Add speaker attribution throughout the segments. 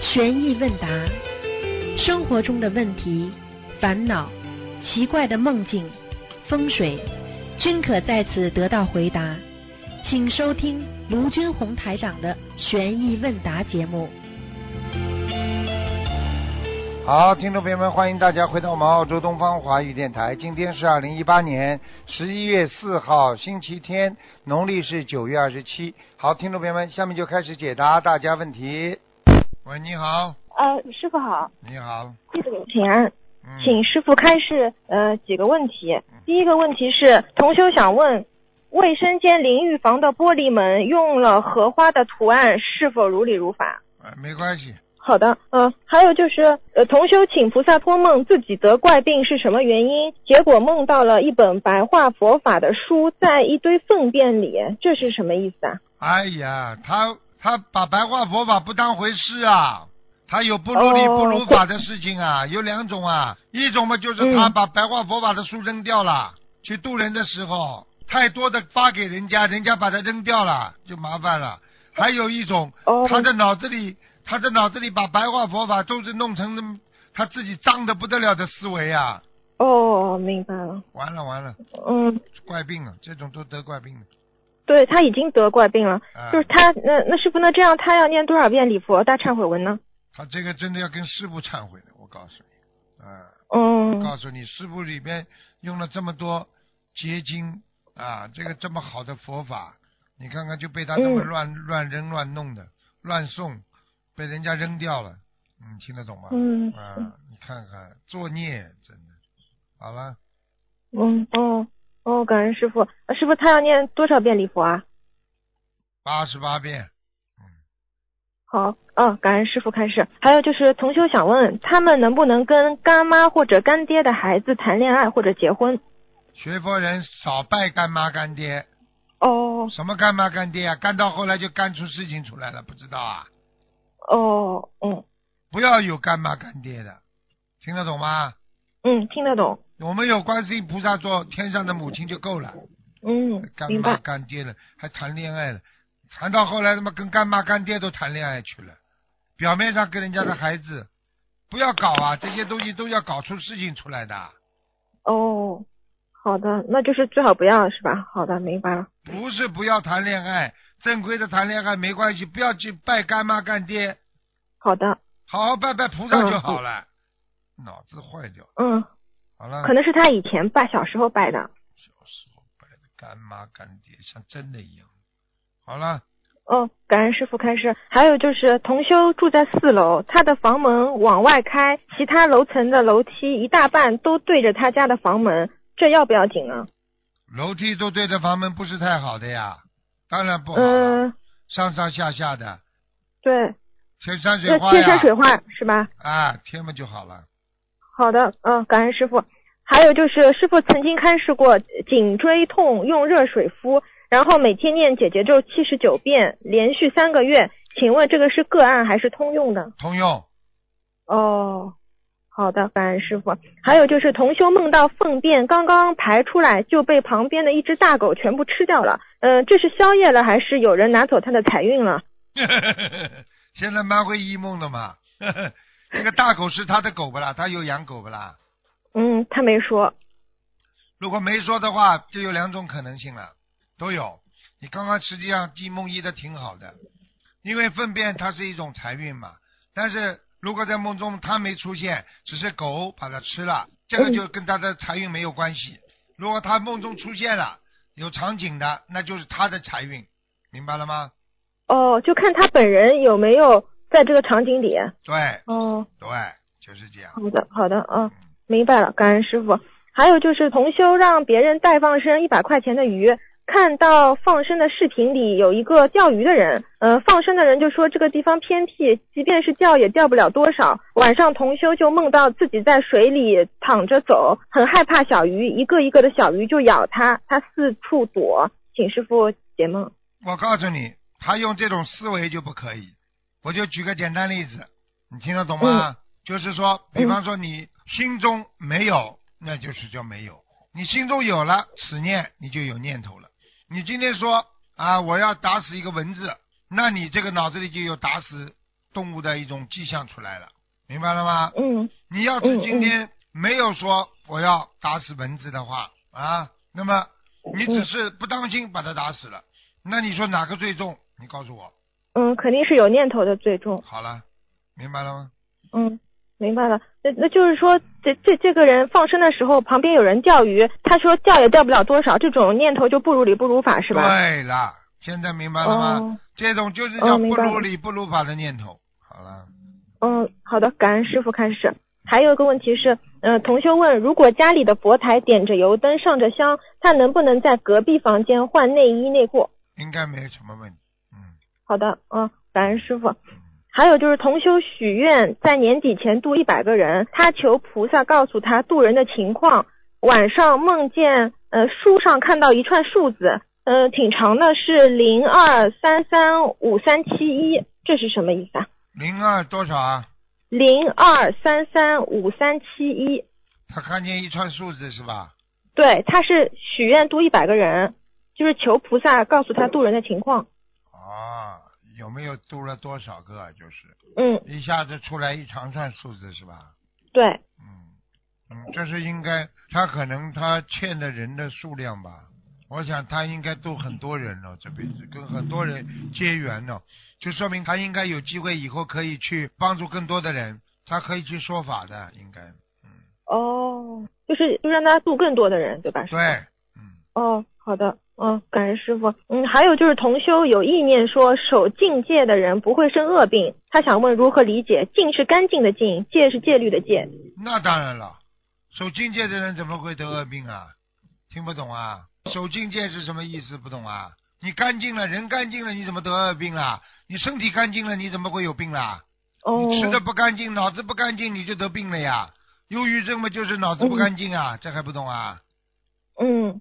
Speaker 1: 玄易问答，生活中的问题、烦恼、奇怪的梦境、风水，均可在此得到回答。请收听卢军红台长的玄易问答节目。
Speaker 2: 好，听众朋友们，欢迎大家回到我们澳洲东方华语电台。今天是二零一八年十一月四号，星期天，农历是九月二十七。好，听众朋友们，下面就开始解答大家问题。喂，你好，
Speaker 3: 呃，师傅好，
Speaker 2: 你好，
Speaker 3: 请安，
Speaker 2: 嗯，
Speaker 3: 请师傅开示呃几个问题。第一个问题是，同修想问，卫生间淋浴房的玻璃门用了荷花的图案，是否如理如法？
Speaker 2: 呃没关系，
Speaker 3: 好的，呃，还有就是，呃，同修请菩萨托梦，自己得怪病是什么原因？结果梦到了一本白话佛法的书，在一堆粪便里，这是什么意思啊？
Speaker 2: 哎呀，他他把白话佛法不当回事啊，他有不如理
Speaker 3: 哦
Speaker 2: 不如法的事情啊，有两种啊，一种嘛就是他
Speaker 3: 嗯
Speaker 2: 把白话佛法的书扔掉了，去渡人的时候太多的发给人家，人家把它扔掉了，就麻烦了。还有一种，
Speaker 3: 哦
Speaker 2: 他的脑子里他的脑子里把白话佛法都是弄成那么他自己脏的不得了的思维啊，
Speaker 3: 哦，明白了，
Speaker 2: 完了完了，
Speaker 3: 嗯，
Speaker 2: 怪病了，这种都得怪病了。
Speaker 3: 对他已经得怪病了，
Speaker 2: 啊、
Speaker 3: 就是他，那那师傅，那这样他要念多少遍礼佛大忏悔文呢？
Speaker 2: 他这个真的要跟师傅忏悔的，我告诉你，啊，
Speaker 3: 嗯，
Speaker 2: 告诉你，师傅里边用了这么多结晶啊，这个这么好的佛法，你看看就被他这么
Speaker 3: 嗯
Speaker 2: 乱、乱扔乱弄的，乱送，被人家扔掉了，你听得懂吗？
Speaker 3: 嗯
Speaker 2: 啊，你看看作孽，真的。好了，
Speaker 3: 嗯，哦，哦，感恩师傅，呃师傅他要念多少遍礼佛啊？
Speaker 2: 八十八遍，
Speaker 3: 好，哦，感恩师傅开始。还有就是，同修想问，他们能不能跟干妈或者干爹的孩子谈恋爱或者结婚？
Speaker 2: 学佛人少拜干妈干爹，
Speaker 3: 哦，
Speaker 2: 什么干妈干爹啊？干到后来就干出事情出来了，不知道啊？
Speaker 3: 哦，嗯
Speaker 2: 不要有干妈干爹的，听得懂吗？
Speaker 3: 嗯，听得懂，
Speaker 2: 我们有观世音菩萨做天上的母亲就够了，
Speaker 3: 嗯，
Speaker 2: 干
Speaker 3: 明
Speaker 2: 妈
Speaker 3: 白。
Speaker 2: 干爹了，还谈恋爱了，谈到后来他妈跟干妈干爹都谈恋爱去了，表面上跟人家的孩子，不要搞啊，这些东西都要搞出事情出来的，
Speaker 3: 哦，好的，那就是最好不要是吧？好的，明白了。
Speaker 2: 不是不要谈恋爱，正规的谈恋爱没关系，不要去拜干妈干爹，
Speaker 3: 好的，
Speaker 2: 好好拜拜菩萨就好了，脑子坏掉了，
Speaker 3: 嗯，
Speaker 2: 好了，
Speaker 3: 可能是他以前拜小时候拜的。
Speaker 2: 小时候拜的干妈干爹像真的一样，好了。
Speaker 3: 哦，感恩师傅开示。还有就是，同修住在四楼，他的房门往外开，其他楼层的楼梯一大半都对着他家的房门，这要不要紧啊？
Speaker 2: 楼梯都对着房门，不是太好的呀，当然不好了，
Speaker 3: 嗯、
Speaker 2: 上上下下的
Speaker 3: 对，
Speaker 2: 贴山水
Speaker 3: 那
Speaker 2: 画
Speaker 3: 贴山
Speaker 2: 呀，
Speaker 3: 水画是吧？
Speaker 2: 啊，贴嘛就好了。
Speaker 3: 好的，嗯，感恩师傅。还有就是，师傅曾经开示过颈椎痛用热水敷，然后每天念姐姐咒七十九遍，连续三个月。请问这个是个案还是通用的？
Speaker 2: 通用，
Speaker 3: 哦，好的，感恩师傅。还有就是，同修梦到粪便刚刚排出来，就被旁边的一只大狗全部吃掉了。嗯、这是宵夜了，还是有人拿走他的财运了？
Speaker 2: 现在蛮会医梦的嘛。 这个大狗是他的狗不啦？他有养狗不啦？
Speaker 3: 嗯，他没说。
Speaker 2: 如果没说的话，就有两种可能性了，都有。你刚刚实际上记梦医的挺好的，因为粪便它是一种财运嘛。但是如果在梦中它没出现，只是狗把它吃了，这个就跟它的财运没有关系。如果它梦中出现了有场景的，那就是它的财运，明白了吗？
Speaker 3: 哦，就看他本人有没有在这个场景里。
Speaker 2: 对
Speaker 3: 哦，
Speaker 2: 对，就是这样。
Speaker 3: 好的，好的，嗯，明白了，感恩师傅。还有就是同修让别人代放生一百块钱的鱼，看到放生的视频里有一个钓鱼的人，呃，放生的人就说这个地方偏僻，即便是钓也钓不了多少。晚上同修就梦到自己在水里躺着走，很害怕小鱼，一个一个的小鱼就咬他，他四处躲，请师傅解梦。
Speaker 2: 我告诉你，他用这种思维就不可以。我就举个简单例子，你听得懂吗？就是说，比方说你心中没有，那就是叫没有；你心中有了此念，你就有念头了。你今天说啊，我要打死一个蚊子，那你这个脑子里就有打死动物的一种迹象出来了，明白了吗？
Speaker 3: 嗯
Speaker 2: 你要是今天没有说我要打死蚊子的话啊，那么
Speaker 3: 嗯
Speaker 2: 你只是不当心把它打死了，那你说哪个最重？你告诉我，
Speaker 3: 嗯，肯定是有念头的最重。
Speaker 2: 好了，明白了吗？
Speaker 3: 嗯，明白了。那那就是说，这这这个人放生的时候，旁边有人钓鱼，他说钓也钓不了多少，这种念头就不如理不如法，是吧？
Speaker 2: 对啊了，现在明白了吗？
Speaker 3: 哦，
Speaker 2: 这种就是
Speaker 3: 哦
Speaker 2: 叫
Speaker 3: 明
Speaker 2: 不
Speaker 3: 白
Speaker 2: 如
Speaker 3: 了
Speaker 2: 理不如法的念头。好了，
Speaker 3: 嗯，好的，感恩师傅开始。还有一个问题是，呃，同修问，如果家里的佛台点着油灯，上着香，他能不能在隔壁房间换内衣内裤？
Speaker 2: 应该没有什么问题。嗯，
Speaker 3: 好的，嗯，感恩师傅。还有就是同修许愿在年底前度一百个人，他求菩萨告诉他度人的情况。晚上梦见呃书上看到一串数字，呃挺长的，是零二三三五三七一，这是什么意思啊？
Speaker 2: 零二多少啊？
Speaker 3: 零二三三五三七一，
Speaker 2: 他看见一串数字是吧？
Speaker 3: 对，他是许愿度一百个人，就是求菩萨告诉他度人的情况。
Speaker 2: 啊，有没有度了多少个啊？就是
Speaker 3: 嗯，
Speaker 2: 一下子出来一长串数字是吧？
Speaker 3: 对，
Speaker 2: 嗯，嗯，这是应该他可能他欠的人的数量吧。我想他应该度很多人了，这辈子跟很多人结缘了，就说明他应该有机会以后可以去帮助更多的人，他可以去说法的，应该，嗯，
Speaker 3: 哦，就是就让他度更多的人，对吧？师傅
Speaker 2: 对，嗯，
Speaker 3: 哦，好的，嗯，感恩师傅。嗯，还有就是同修有意念说守境界的人不会生恶病，他想问如何理解？净是干净的净，戒是戒律的戒。
Speaker 2: 那当然了，守境界的人怎么会得恶病啊？听不懂啊？守境界是什么意思？不懂啊？你干净了，人干净了，你怎么得恶病啦？你身体干净了，你怎么会有病啊啦？
Speaker 3: 哦，
Speaker 2: 你吃的不干净，脑子不干净，你就得病了呀。忧郁症嘛，就是脑子不干净啊，这还不懂啊？
Speaker 3: 嗯，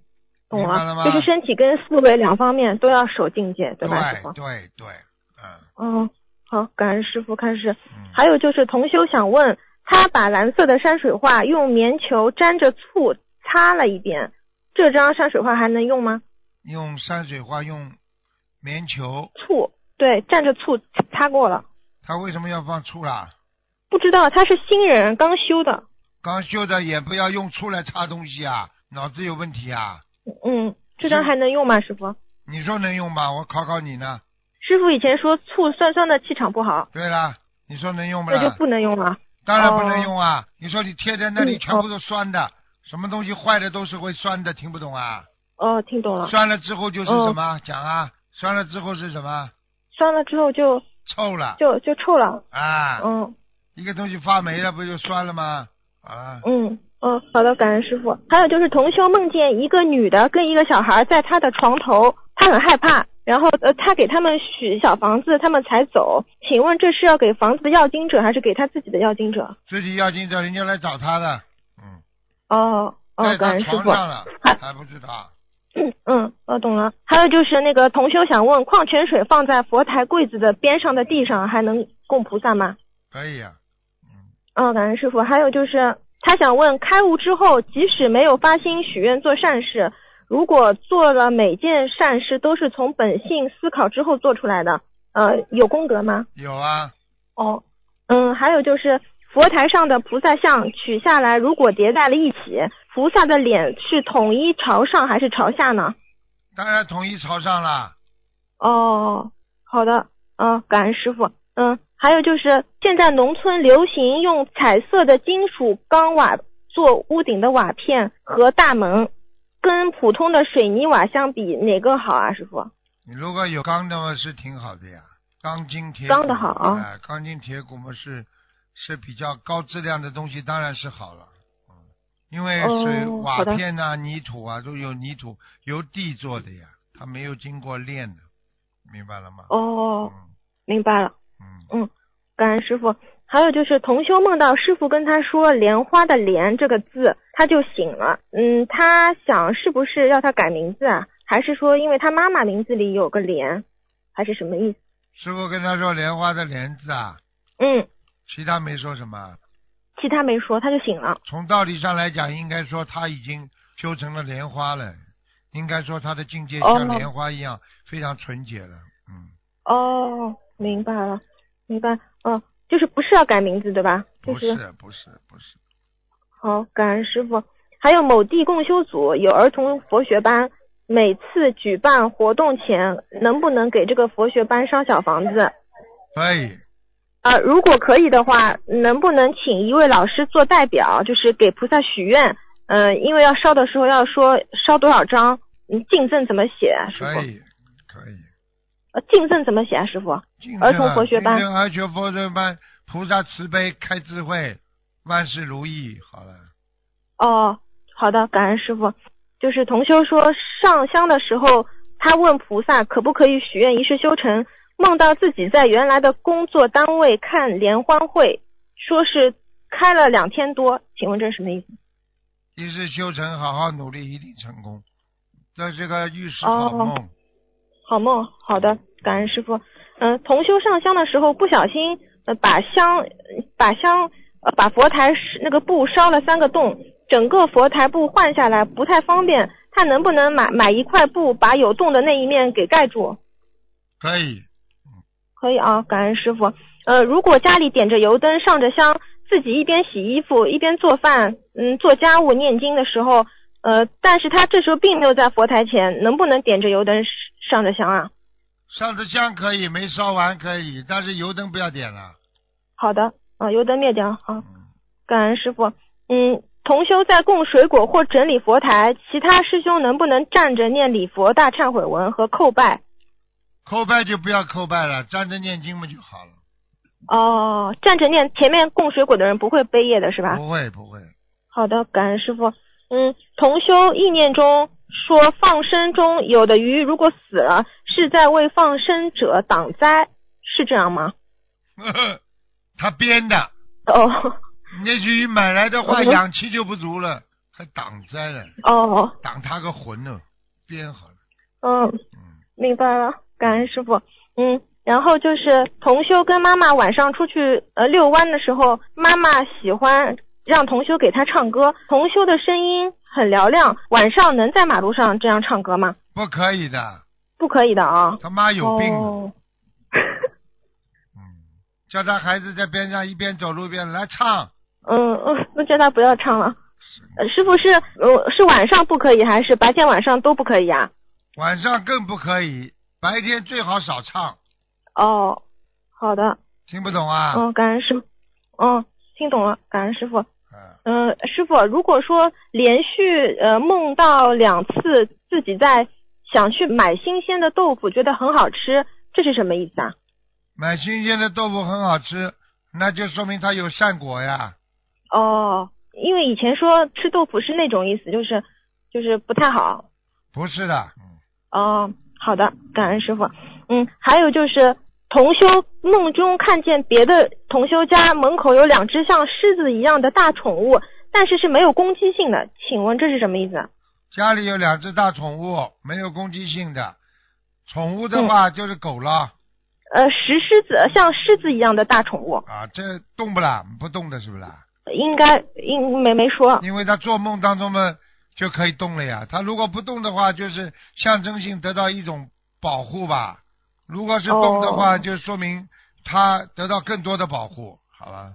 Speaker 3: 懂
Speaker 2: 明白了吗
Speaker 3: 就是身体跟思维两方面都要守境界，对吧，师
Speaker 2: 对
Speaker 3: 傅？
Speaker 2: 对对，嗯
Speaker 3: 哦，好，感恩师傅开始。
Speaker 2: 嗯，
Speaker 3: 还有就是同修想问，他把蓝色的山水画用棉球沾着醋擦了一遍，这张山水画还能用吗？
Speaker 2: 用山水画，用棉球，
Speaker 3: 醋，对，蘸着醋擦过了。
Speaker 2: 他为什么要放醋啦？
Speaker 3: 不知道他是新人，刚修的。
Speaker 2: 刚修的也不要用醋来擦东西啊，脑子有问题啊？
Speaker 3: 嗯，这张还能用吗，师傅？
Speaker 2: 你说能用吗？我考考你呢。
Speaker 3: 师傅以前说醋酸酸的气场不好，
Speaker 2: 对啦，你说能用不
Speaker 3: 那就
Speaker 2: 啦？
Speaker 3: 不能用了。
Speaker 2: 当然不
Speaker 3: 哦
Speaker 2: 能用啊！你说你贴在那里
Speaker 3: 嗯
Speaker 2: 全部都酸的，什么东西坏的都是会酸的，听不懂啊？
Speaker 3: 哦，听懂了。
Speaker 2: 酸了之后就是
Speaker 3: 哦
Speaker 2: 什么？讲啊，酸了之后是什么？
Speaker 3: 酸了之后就
Speaker 2: 臭了
Speaker 3: 就就臭了。
Speaker 2: 啊！
Speaker 3: 嗯
Speaker 2: 一个东西发霉了，不就酸了吗？啊，
Speaker 3: 嗯嗯，好的，感恩师傅。还有就是同修梦见一个女的跟一个小孩在他的床头，他很害怕，然后呃他给他们许小房子，他们才走。请问这是要给房子的要经者，还是给他自己的要经者？
Speaker 2: 自己要紧找人家来找他的，嗯，
Speaker 3: 哦哦，
Speaker 2: 在他
Speaker 3: 感恩师
Speaker 2: 哎床
Speaker 3: 傅。
Speaker 2: 上了
Speaker 3: 还，
Speaker 2: 还不知道。
Speaker 3: 嗯，我懂了。还有就是那个同修想问，矿泉水放在佛台柜子的边上的地上，还能供菩萨吗？
Speaker 2: 可以啊，
Speaker 3: 嗯，感恩师傅。还有就是他想问，开悟之后，即使没有发心许愿做善事，如果做了每件善事都是从本性思考之后做出来的，呃，有功德吗？
Speaker 2: 有啊，
Speaker 3: 哦，嗯，还有就是佛台上的菩萨像取下来，如果叠在了一起，菩萨的脸是统一朝上还是朝下呢？
Speaker 2: 当然统一朝上了。
Speaker 3: 哦，好的，嗯，感恩师傅。嗯，还有就是现在农村流行用彩色的金属钢瓦做屋顶的瓦片和大门，跟普通的水泥瓦相比，哪个好啊，师傅？
Speaker 2: 你如果有钢的话是挺好的呀，钢筋铁骨
Speaker 3: 钢的好啊
Speaker 2: 哎钢筋铁骨嘛是是比较高质量的东西，当然是好了，嗯，因为水、
Speaker 3: 哦
Speaker 2: 瓦
Speaker 3: 好的
Speaker 2: 片呐、泥土啊都有泥土由地做的呀，它没有经过炼的，明白了吗？
Speaker 3: 哦，
Speaker 2: 嗯
Speaker 3: 明白了，
Speaker 2: 嗯，
Speaker 3: 感恩师傅。还有就是同修梦到师傅跟他说“莲花”的“莲”这个字，他就醒了。嗯，他想是不是要他改名字啊？还是说因为他妈妈名字里有个“莲”，还是什么意思？
Speaker 2: 师傅跟他说莲花的莲字啊，
Speaker 3: 嗯，
Speaker 2: 其他没说什么。
Speaker 3: 其他没说，他就醒了。
Speaker 2: 从道理上来讲，应该说他已经修成了莲花了，应该说他的境界
Speaker 3: 哦
Speaker 2: 像莲花一样、非常纯洁了，嗯。
Speaker 3: 哦，明白了。明白。哦，就是不是要改名字对吧？就
Speaker 2: 不是不是不是，
Speaker 3: 好，感恩师傅。还有某地共修组有儿童佛学班，每次举办活动前，能不能给这个佛学班烧小房子？
Speaker 2: 可以，
Speaker 3: 呃，如果可以的话，能不能请一位老师做代表，就是给菩萨许愿？嗯、因为要烧的时候要说烧多少张，嗯，敬赠怎么写啊，师
Speaker 2: 可
Speaker 3: 傅？
Speaker 2: 以，可以。
Speaker 3: 呃，敬赠怎么写啊，师傅？
Speaker 2: 敬
Speaker 3: 儿
Speaker 2: 正
Speaker 3: 童
Speaker 2: 啊
Speaker 3: 佛学班
Speaker 2: 敬正儿童佛学班，菩萨慈悲，开智慧，万事如意。好了，
Speaker 3: 哦，好的，感恩师傅。就是同修说上香的时候，他问菩萨可不可以许愿一世修成，梦到自己在原来的工作单位看联欢会，说是开了两天多，请问这是什么意思？
Speaker 2: 一世修成，好好努力，一定成功。这是个预示好
Speaker 3: 哦
Speaker 2: 梦。
Speaker 3: 好梦，好的，感恩师傅。嗯、同修上香的时候不小心呃把香把香呃把佛台是那个布烧了三个洞，整个佛台布换下来不太方便，他能不能买买一块布把有洞的那一面给盖住？
Speaker 2: 可以，
Speaker 3: 可以啊，感恩师傅。呃，如果家里点着油灯上着香，自己一边洗衣服一边做饭，嗯，做家务念经的时候，呃，但是他这时候并没有在佛台前，能不能点着油灯上着香啊？
Speaker 2: 上次香可以，没烧完可以，但是油灯不要点了。
Speaker 3: 好的，啊，油灯灭掉啊，
Speaker 2: 嗯，
Speaker 3: 感恩师傅。嗯，同修在供水果或整理佛台，其他师兄能不能站着念礼佛大忏悔文和叩拜？
Speaker 2: 叩拜就不要叩拜了，站着念经嘛就好了。
Speaker 3: 哦，站着念，前面供水果的人不会背业的是吧？
Speaker 2: 不会不会，
Speaker 3: 好的，感恩师傅。嗯，同修意念中说，放生中有的鱼如果死了，是在为放生者挡灾，是这样吗？
Speaker 2: 他编的。
Speaker 3: 哦
Speaker 2: 那鱼买来的话，
Speaker 3: 嗯
Speaker 2: 氧气就不足了，还挡灾了，
Speaker 3: 哦，
Speaker 2: 挡他个魂呢，编好了。
Speaker 3: 嗯，
Speaker 2: 嗯，
Speaker 3: 明白了，感恩师傅。嗯，然后就是同修跟妈妈晚上出去呃遛弯的时候，妈妈喜欢让同修给她唱歌，同修的声音很嘹亮，晚上能在马路上这样唱歌吗？
Speaker 2: 不可以的，
Speaker 3: 不可以的啊。
Speaker 2: 他妈有病的。
Speaker 3: 哦
Speaker 2: 嗯，叫他孩子在边上一边走路一边来唱，
Speaker 3: 嗯，嗯，那叫他不要唱了。呃师傅是呃是晚上不可以，还是白天晚上都不可以啊？
Speaker 2: 晚上更不可以，白天最好少唱。
Speaker 3: 哦，好的，
Speaker 2: 听不懂啊？
Speaker 3: 嗯，感恩师傅，嗯，听懂了，感恩师傅。
Speaker 2: 嗯，
Speaker 3: 嗯、师傅，如果说连续呃梦到两次自己在想去买新鲜的豆腐，觉得很好吃，这是什么意思啊？
Speaker 2: 买新鲜的豆腐很好吃，那就说明他有善果呀。
Speaker 3: 哦，因为以前说吃豆腐是那种意思，就是就是不太好，
Speaker 2: 不是的，嗯，
Speaker 3: 哦，好的，感恩师傅。嗯，还有就是同修梦中看见别的同修家门口有两只像狮子一样的大宠物，但是是没有攻击性的，请问这是什么意思啊？
Speaker 2: 家里有两只大宠物，没有攻击性的。宠物的话就是狗了、
Speaker 3: 呃，石狮子呃像狮子一样的大宠物，
Speaker 2: 啊，这动不啦？不动的是不是啦？
Speaker 3: 应该应没没说。
Speaker 2: 因为他做梦当中嘛就可以动了呀。他如果不动的话，就是象征性得到一种保护吧。如果是动的话，
Speaker 3: 哦
Speaker 2: 就说明他得到更多的保护，好吧？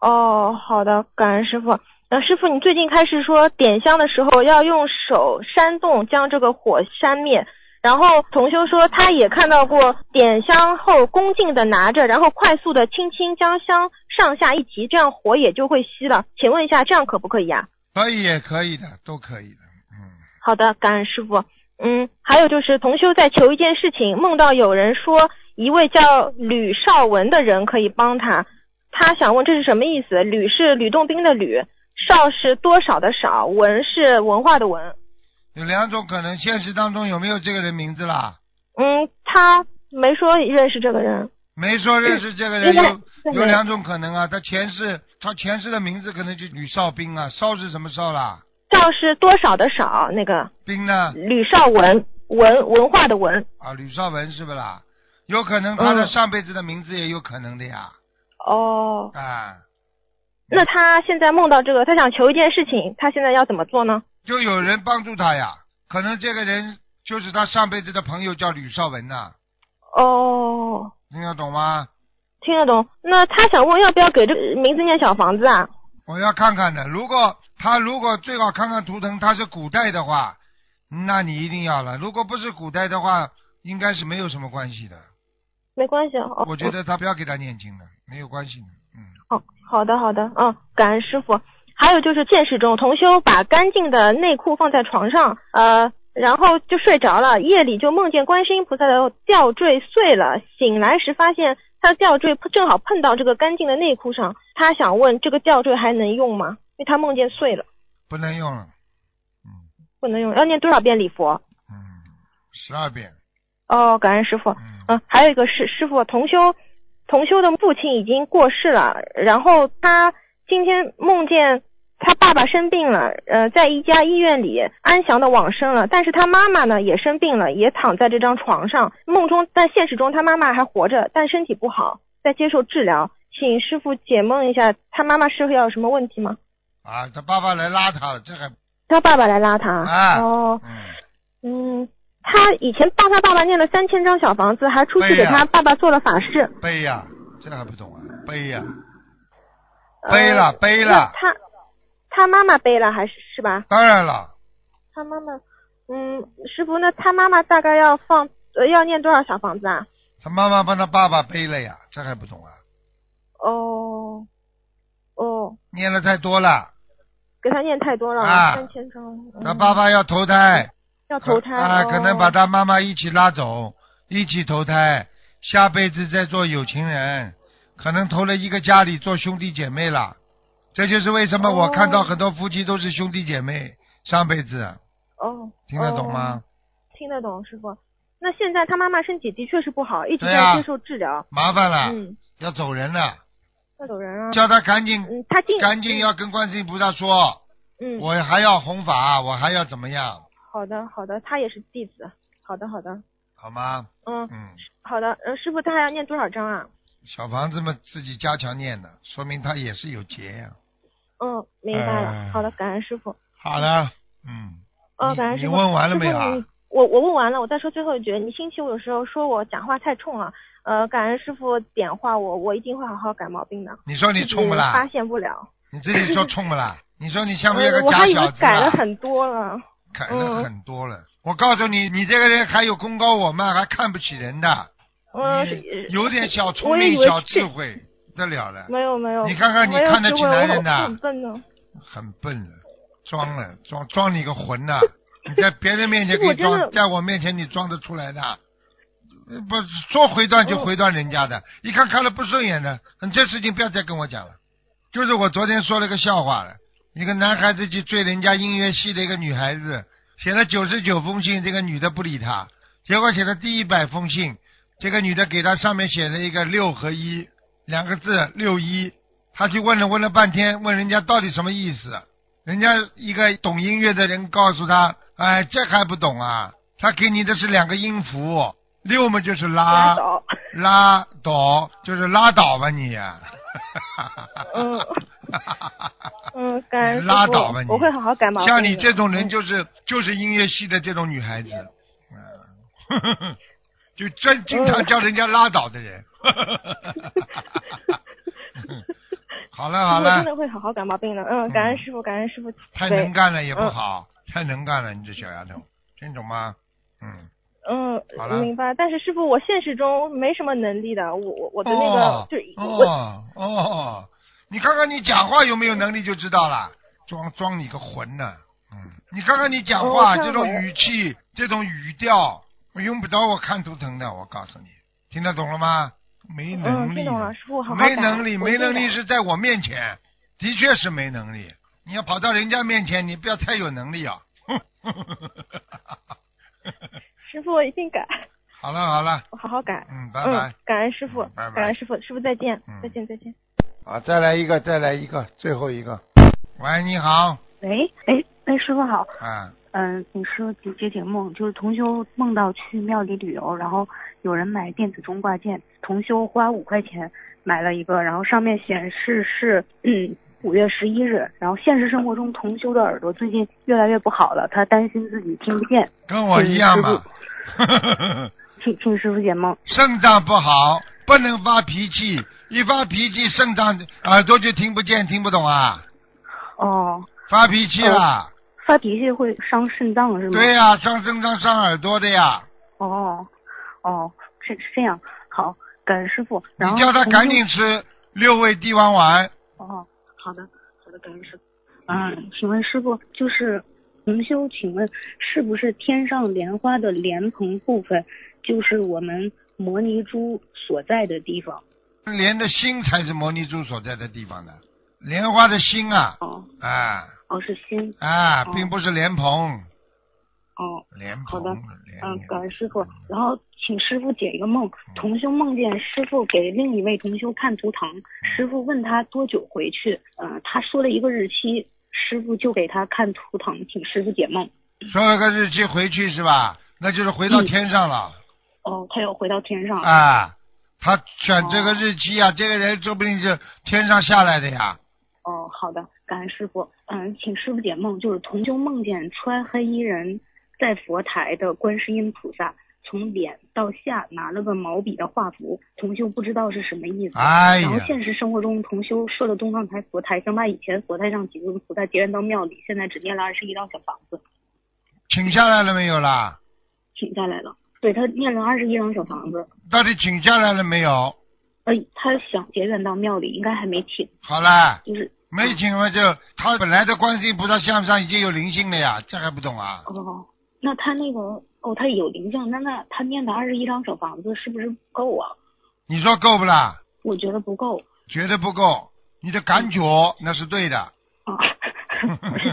Speaker 3: 哦，好的，感恩师傅。呃，师傅，你最近开始说点香的时候要用手煽动将这个火扇灭，然后同修说他也看到过点香后恭敬的拿着，然后快速的轻轻将香上下一提，这样火也就会熄了。请问一下，这样可不可以啊？
Speaker 2: 可以也可以的，都可以的。嗯，
Speaker 3: 好的，感恩师傅。嗯，还有就是同修在求一件事情，梦到有人说一位叫吕少文的人可以帮他，他想问这是什么意思？吕是吕洞宾的吕，少是多少的少，文是文化的文。
Speaker 2: 有两种可能，现实当中有没有这个人名字啦？
Speaker 3: 嗯，他没说认识这个人。
Speaker 2: 没说认识这个人，
Speaker 3: 应该
Speaker 2: 有有两种可能啊。他前世，他前世的名字可能就吕少兵啊，少是什么少啦？
Speaker 3: 少是多少的少，那个
Speaker 2: 兵呢？
Speaker 3: 吕少文，文文化的文。
Speaker 2: 啊，吕少文是不是啦？有可能他的
Speaker 3: 嗯
Speaker 2: 上辈子的名字也有可能的呀。
Speaker 3: 哦，
Speaker 2: 啊，
Speaker 3: 那他现在梦到这个，他想求一件事情，他现在要怎么做呢？
Speaker 2: 就有人帮助他呀。可能这个人就是他上辈子的朋友，叫吕少文呐、
Speaker 3: 哦，
Speaker 2: 听得懂吗？
Speaker 3: 听得懂。那他想问要不要给这个名字念小房子啊？
Speaker 2: 我要看看的。如果他如果最好看看图腾，他是古代的话，那你一定要了。如果不是古代的话，应该是没有什么关系的。
Speaker 3: 没关系，哦、
Speaker 2: 我觉得他不要给他念经了，没有关系的。嗯，
Speaker 3: 哦，好的好的，嗯，感恩师傅。还有就是现实中，同修把干净的内裤放在床上，呃，然后就睡着了。夜里就梦见观世音菩萨的吊坠碎了，醒来时发现他的吊坠正好碰到这个干净的内裤上。他想问这个吊坠还能用吗？因为他梦见碎了，
Speaker 2: 不能用了。嗯，
Speaker 3: 不能用，要念多少遍礼佛？
Speaker 2: 嗯，十二遍。
Speaker 3: 哦，感恩师傅。嗯，还有一个是师傅，同修同修的父亲已经过世了，然后他。今天梦见他爸爸生病了，呃，在一家医院里安详的往生了。但是他妈妈呢也生病了，也躺在这张床上。梦中但现实中他妈妈还活着，但身体不好，在接受治疗。请师傅解梦一下，他妈妈是要有什么问题吗？
Speaker 2: 啊，他爸爸来拉他，这还
Speaker 3: 他爸爸来拉他。
Speaker 2: 啊、
Speaker 3: 哦，嗯,嗯，他以前帮他爸爸念了三千张小房子，还出去给他爸爸做了法事。
Speaker 2: 背呀、啊，这还不懂啊，背呀、啊。背
Speaker 3: 呃
Speaker 2: 了，背了。
Speaker 3: 他他妈妈背了还是是吧？
Speaker 2: 当然了。
Speaker 3: 他妈妈，嗯，师傅，那他妈妈大概要放、呃、要念多少小房子啊？
Speaker 2: 他妈妈帮他爸爸背了呀，这还不懂啊？
Speaker 3: 哦哦。
Speaker 2: 念了太多了。
Speaker 3: 给他念太多了，
Speaker 2: 啊、
Speaker 3: 三千张。嗯、
Speaker 2: 他爸爸要投胎。
Speaker 3: 要投胎。
Speaker 2: 啊，
Speaker 3: 哦、
Speaker 2: 可能把他妈妈一起拉走，一起投胎，下辈子再做有情人。可能投了一个家里做兄弟姐妹了，这就是为什么
Speaker 3: 哦
Speaker 2: 我看到很多夫妻都是兄弟姐妹，哦、上辈子。
Speaker 3: 哦。
Speaker 2: 听得懂吗？
Speaker 3: 听得懂，师傅。那现在他妈妈身体的确是不好，
Speaker 2: 啊
Speaker 3: 一直在接受治疗。啊、
Speaker 2: 麻烦了，
Speaker 3: 嗯、
Speaker 2: 要走人了。
Speaker 3: 要走人了。啊
Speaker 2: 叫他赶紧，
Speaker 3: 嗯、他
Speaker 2: 赶紧要跟观世音菩萨说，
Speaker 3: 嗯，
Speaker 2: 我还要弘法，我还要怎么样？
Speaker 3: 好的，好的，他也是弟子。好的，好的。
Speaker 2: 好吗？
Speaker 3: 嗯嗯，
Speaker 2: 嗯
Speaker 3: 好的。嗯，师傅，他还要念多少章啊？
Speaker 2: 小房子们自己加强念的，说明他也是有劫呀、
Speaker 3: 啊。嗯，明白了。
Speaker 2: 哎
Speaker 3: 呃、好的，感恩师傅。
Speaker 2: 好的，嗯。
Speaker 3: 哦，感恩师
Speaker 2: 傅。你问完了没有啊？
Speaker 3: 我我问完了，我再说最后一句。你星期五有时候说我讲话太冲了，呃，感恩师傅点化我，我一定会好好改毛病的。嗯
Speaker 2: 你说你冲不啦？
Speaker 3: 发现不了。
Speaker 2: 你自己说冲不 啦？你说你像不像个
Speaker 3: 假小子、啊？我还
Speaker 2: 以为
Speaker 3: 改了很多了。
Speaker 2: 改了很多了。嗯、我告诉你，你这个人还有功高我慢，还看不起人的。
Speaker 3: 嗯，
Speaker 2: 有点小聪明、小智慧，得了了。
Speaker 3: 没有没有。
Speaker 2: 你看看，你看得起男人的？
Speaker 3: 很笨呢。
Speaker 2: 很笨了，装了，装装你个魂呐！你在别人面前给你装，在我面前你装得出来的？不说回断就回断人家的，一看看了不顺眼的，你这事情不要再跟我讲了。就是我昨天说了个笑话了，一个男孩子去追人家音乐系的一个女孩子，写了九十九封信，这个女的不理他，结果写了第一百封信。这个女的给他上面写了一个六和一两个字六一，他去问了问了半天，问人家到底什么意思？人家一个懂音乐的人告诉他，哎，这还不懂啊？他给你的是两个音符，六嘛就是
Speaker 3: 拉
Speaker 2: 拉倒，就是拉倒吧你、啊。
Speaker 3: 嗯， 嗯，感恩
Speaker 2: 拉倒吧你，
Speaker 3: 我会好好改毛
Speaker 2: 像你这种人就是、嗯、就是音乐系的这种女孩子，嗯。 就真经常叫人家拉倒的人，好了好了，
Speaker 3: 真的会好好改毛病的。嗯，感恩师傅，感恩师傅。
Speaker 2: 太能干了也不好，太能干了，你这小丫头，听懂吗？嗯。
Speaker 3: 嗯，
Speaker 2: 好了。
Speaker 3: 明白。但是师傅，我现实中没什么能力的，我我我的那个就 哦
Speaker 2: 哦，你看看你讲话有没有能力就知道了，装装你个魂呢。嗯，你看看你讲话这种语气，这种语调。我用不着我看图腾的，我告诉你，听得懂了吗？没能
Speaker 3: 嗯
Speaker 2: 力，
Speaker 3: 啊
Speaker 2: 没能力，没能力是在我面前，的确是没能力。你要跑到人家面前，你不要太有能力啊！
Speaker 3: 师傅，我一定改。
Speaker 2: 好了好了，
Speaker 3: 我好好改。
Speaker 2: 嗯，拜拜。嗯
Speaker 3: 感恩师傅，
Speaker 2: 拜拜。嗯
Speaker 3: 感恩师傅，师傅再见，再见再见。
Speaker 2: 好，啊再来一个，再来一个，最后一个。喂，你好。
Speaker 4: 喂，哎哎，师傅好。
Speaker 2: 啊。
Speaker 4: 嗯，你说解解解梦，就是同修梦到去庙里旅游，然后有人买电子钟挂件，同修花五块钱买了一个，然后上面显示是嗯五月十一日。然后现实生活中，同修的耳朵最近越来越不好了，他担心自己听不见。
Speaker 2: 跟我一样
Speaker 4: 嘛。请请师傅解梦。
Speaker 2: 肾脏不好，不能发脾气，一发脾气肾脏耳朵就听不见，听不懂啊，
Speaker 4: 哦，
Speaker 2: 发脾气了。
Speaker 4: 发脾气会伤肾脏是吗？
Speaker 2: 对呀、伤肾脏、伤耳朵的呀。
Speaker 4: 哦，哦，是是这样。好，感恩师傅。然
Speaker 2: 你
Speaker 4: 后
Speaker 2: 叫他
Speaker 4: 同
Speaker 2: 赶
Speaker 4: 修
Speaker 2: 紧吃六味地黄丸，
Speaker 4: 哦，好的，好的，感恩师傅。嗯，请问师傅，就是同修，请问是不是天上莲花的莲蓬部分，就是我们摩尼珠所在的地方？
Speaker 2: 莲的心才是摩尼珠所在的地方的，莲花的心啊，
Speaker 4: 哦，
Speaker 2: 啊
Speaker 4: 哦是心，
Speaker 2: 啊，
Speaker 4: 哦
Speaker 2: 并不是莲蓬，
Speaker 4: 哦，
Speaker 2: 莲
Speaker 4: 好
Speaker 2: 蓬
Speaker 4: 的，
Speaker 2: 莲
Speaker 4: 嗯，感恩师傅。然后请师傅解一个梦，同修梦见师傅给另一位同修看图腾，师傅问他多久回去，嗯、他说了一个日期，师傅就给他看图腾，请师傅解梦。
Speaker 2: 说了个日期回去是吧？那就是回到
Speaker 4: 嗯
Speaker 2: 天上了。
Speaker 4: 哦，他要回到天上了。
Speaker 2: 啊，他选这个日期啊，这个人说不定是天上下来的呀。
Speaker 4: 哦，好的，感恩师傅。嗯，请师傅解梦，就是同修梦见穿黑衣人在佛台的观世音菩萨，从脸到下拿了个毛笔的画符，同修不知道是什么意思。
Speaker 2: 哎呀
Speaker 4: 然后，现实生活中，同修设了东方台佛台，想把以前佛台上几尊菩萨结缘到庙里，现在只念了二十一张小房子，
Speaker 2: 请下来了没有啦？
Speaker 4: 请下来了。对他念了二十一张小房子，
Speaker 2: 到底请下来了没有？
Speaker 4: 呃，他想结缘到庙里，应该还没请，
Speaker 2: 好啦，
Speaker 4: 就是
Speaker 2: 没请嘛
Speaker 4: 嗯
Speaker 2: 就他本来的观世音菩萨像上已经有灵性了呀，这还不懂啊？
Speaker 4: 哦，那他那个哦，他有灵性，那那他念的二十一张小房子是不是不够啊？
Speaker 2: 你说够不啦？
Speaker 4: 我觉得不够
Speaker 2: 绝对不够，你的感觉那是对的，
Speaker 4: 啊。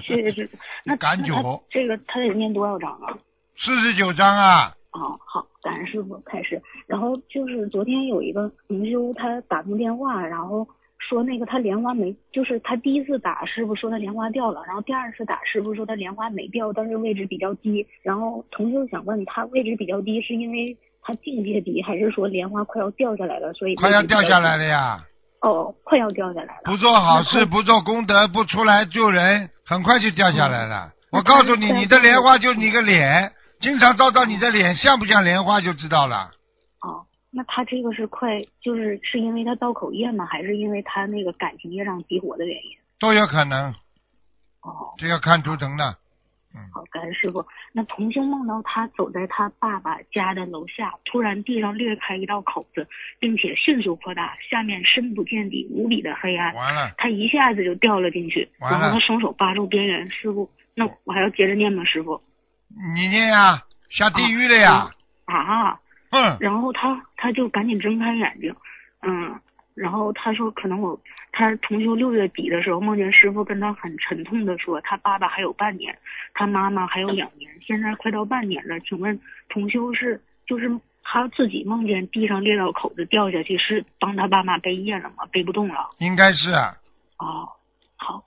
Speaker 4: 谢谢师傅。那
Speaker 2: 感觉
Speaker 4: 那他这个他得念多少章啊？
Speaker 2: 四十九章啊，
Speaker 4: 哦，好，感恩师傅开始。然后就是昨天有一个同修，他打通电话，然后说那个他莲花没，就是他第一次打师傅说他莲花掉了，然后第二次打师傅说他莲花没掉，但是位置比较低。然后同修想问他位置比较低是因为他境界低，还是说莲花快要掉下来了，所以
Speaker 2: 快要掉下来
Speaker 4: 了？
Speaker 2: 了嗯呀！
Speaker 4: 哦，快要掉下来了。
Speaker 2: 不做好事，
Speaker 4: 那快
Speaker 2: 不做功德，不出来救人，很快就掉下来了。
Speaker 4: 嗯
Speaker 2: 我告诉你，
Speaker 4: 那快
Speaker 2: 你的莲花就是你个脸，经常照照你的脸，像不像莲花就知道了。
Speaker 4: 哦，那他这个是快，就是是因为他造口业吗？还是因为他那个感情业障激活的原因？
Speaker 2: 都有可能，
Speaker 4: 哦。
Speaker 2: 这要看图腾的。
Speaker 4: 好，感恩师傅。那同修梦到他走在他爸爸家的楼下，突然地上裂开一道口子，并且迅速扩大，下面深不见底，无比的黑暗。
Speaker 2: 完了，
Speaker 4: 他一下子就掉了进去，
Speaker 2: 完了
Speaker 4: 然后他双手扒住边缘。师傅，那我还要接着念吗？师傅
Speaker 2: 你念呀，下地狱了呀！
Speaker 4: 啊，
Speaker 2: 哼，
Speaker 4: 然后他他就赶紧睁开眼睛，嗯，然后他说可能我他同修六月底的时候梦见师傅跟他很沉痛的说，他爸爸还有半年，他妈妈还有两年，现在快到半年了，请问同修是就是他自己梦见地上裂到口子掉下去，是帮他爸妈背业了吗？背不动了？
Speaker 2: 应该是啊
Speaker 4: 哦，好，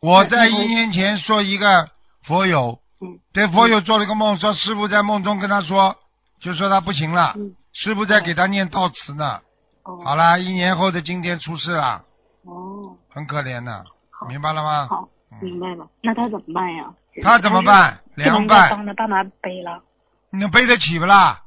Speaker 2: 我在一年前说一个佛友
Speaker 4: 嗯，
Speaker 2: 对佛友做了个梦，说师傅在梦中跟他说，就说他不行了，
Speaker 4: 嗯，
Speaker 2: 师傅在给他念悼词呢。
Speaker 4: 哦，
Speaker 2: 好啦，一年后的今天出事了，
Speaker 4: 哦，
Speaker 2: 很可怜的，
Speaker 4: 好
Speaker 2: 明白了吗？
Speaker 4: 好，明白了。那他怎么办呀？
Speaker 2: 嗯他怎么办？凉
Speaker 4: 不能再
Speaker 2: 拌，
Speaker 4: 帮他爸妈背了。
Speaker 2: 你背得起不啦？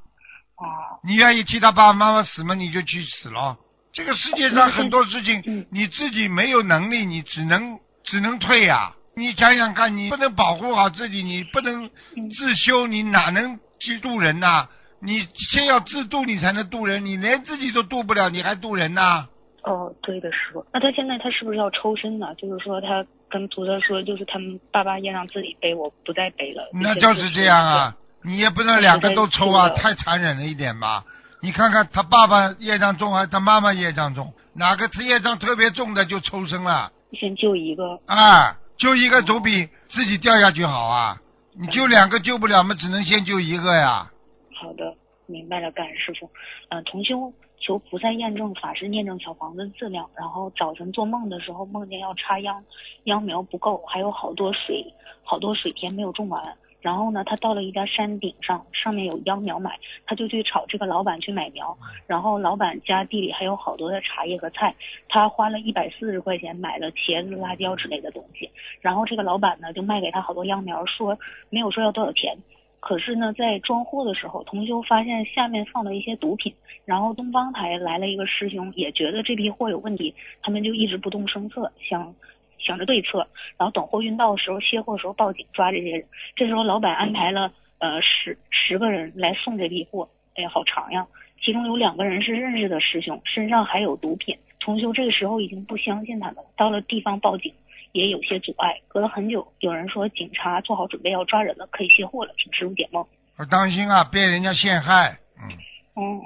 Speaker 4: 哦。
Speaker 2: 你愿意替他爸爸妈妈死吗？你就去死咯。这个世界上
Speaker 4: 嗯
Speaker 2: 很多事情
Speaker 4: 嗯，
Speaker 2: 你自己没有能力，你只能只能退呀、你想想看，你不能保护好自己，你不能
Speaker 4: 嗯
Speaker 2: 自修，你哪能去渡人呐、你先要自渡，你才能渡人。你连自己都渡不了，你还渡人呐、
Speaker 4: 哦，对的，师傅。那他现在他是不是要抽身呢？就是说他跟菩萨说，就是他们爸爸也让自己背，我不再背了。
Speaker 2: 那就是这样啊，你也不能两个都抽啊，太残忍了一点吧。你看看他爸爸业障重还是他妈妈业障重，哪个业障特别重的就抽身了
Speaker 4: 先救一个。
Speaker 2: 啊？救一个总比自己掉下去好啊！你救两个救不了嘛，只能先救一个呀。
Speaker 4: 好的，明白了，感恩师傅。嗯、同修求菩萨验证法师验证小房子质量，然后早晨做梦的时候梦见要插秧，秧苗不够，还有好多水，好多水田没有种完。然后呢，他到了一家山顶上，上面有秧苗买，他就去找这个老板去买苗。然后老板家地里还有好多的茶叶和菜，他花了一百四十块钱买了茄子、辣椒之类的东西。然后这个老板呢，就卖给他好多秧苗，说没有说要多少钱。可是呢，在装货的时候，同修发现下面放了一些毒品，然后东方台来了一个师兄，也觉得这批货有问题，他们就一直不动声色，想想着对策，然后等货运到的时候，卸货的时候报警抓这些人。这时候老板安排了呃十十个人来送这批货，哎呀，好长呀！其中有两个人是认识的师兄，身上还有毒品。同修这个时候已经不相信他们了，到了地方报警。也有些阻碍。隔了很久，有人说警察做好准备要抓人了，可以卸货了，请师傅解梦。
Speaker 2: 我当心啊，被人家陷害，嗯，
Speaker 4: 嗯，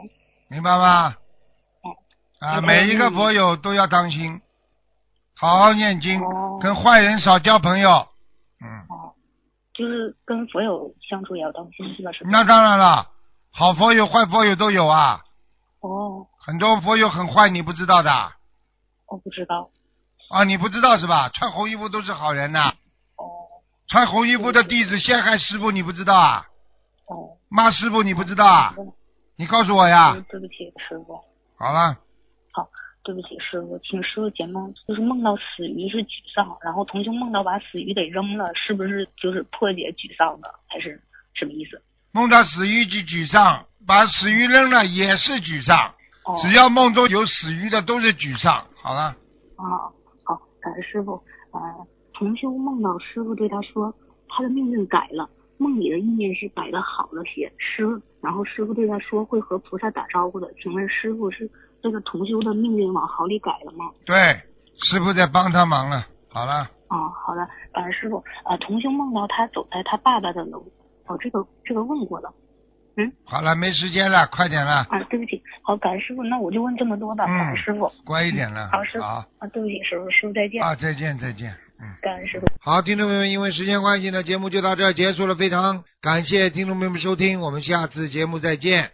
Speaker 2: 明白吗？
Speaker 4: 嗯
Speaker 2: 啊，
Speaker 4: 我懂
Speaker 2: 每一个佛友都要当心，好好念经，
Speaker 4: 哦
Speaker 2: 跟坏人少交朋友。嗯，
Speaker 4: 哦，就是跟佛友相处也要当心，是吧，师傅？
Speaker 2: 那当然了，好佛友、坏佛友都有啊，
Speaker 4: 哦，
Speaker 2: 很多佛友很坏，你不知道的啊，
Speaker 4: 我不知道。
Speaker 2: 你不知道是吧？穿红衣服都是好人呐、
Speaker 4: 哦
Speaker 2: 穿红衣服的弟子陷害师傅，你不知道啊？
Speaker 4: 哦，
Speaker 2: 骂师傅你不知道啊？你告诉我呀。
Speaker 4: 对不起，师傅，
Speaker 2: 好了，
Speaker 4: 对不起，师傅，请师傅解梦，就是梦到死鱼是沮丧，然后同修梦到把死鱼给扔了，是不是就是破解沮丧的，还是什么意思？
Speaker 2: 梦到死鱼就沮丧，把死鱼扔了也是沮丧。
Speaker 4: 哦，
Speaker 2: 只要梦中有死鱼的都是沮丧。好了，
Speaker 4: 啊，好，感恩师傅。呃，同修梦到师傅对他说，他的命运改了，梦里的意念是改的好了些。师傅，然后师傅对他说会和菩萨打招呼的。请问师傅是这个同修的命运往好里改了吗？
Speaker 2: 对，师傅在帮他忙了。好了，
Speaker 4: 啊，好的，感恩师傅。呃，同修梦到他走在他爸爸的楼，哦，这个这个问过了。
Speaker 2: 好了，没时间了，快点了，
Speaker 4: 啊，对不起，好，感恩师傅，那我就问这么多吧，感恩
Speaker 2: 嗯
Speaker 4: 师傅。
Speaker 2: 乖一点了。
Speaker 4: 好师傅啊，对不起，师傅，师傅再见。
Speaker 2: 啊，再见，再见。嗯。
Speaker 4: 感恩师傅。
Speaker 2: 好，听众朋友们，因为时间关系呢，节目就到这儿结束了。非常感谢听众朋友们收听，我们下次节目再见。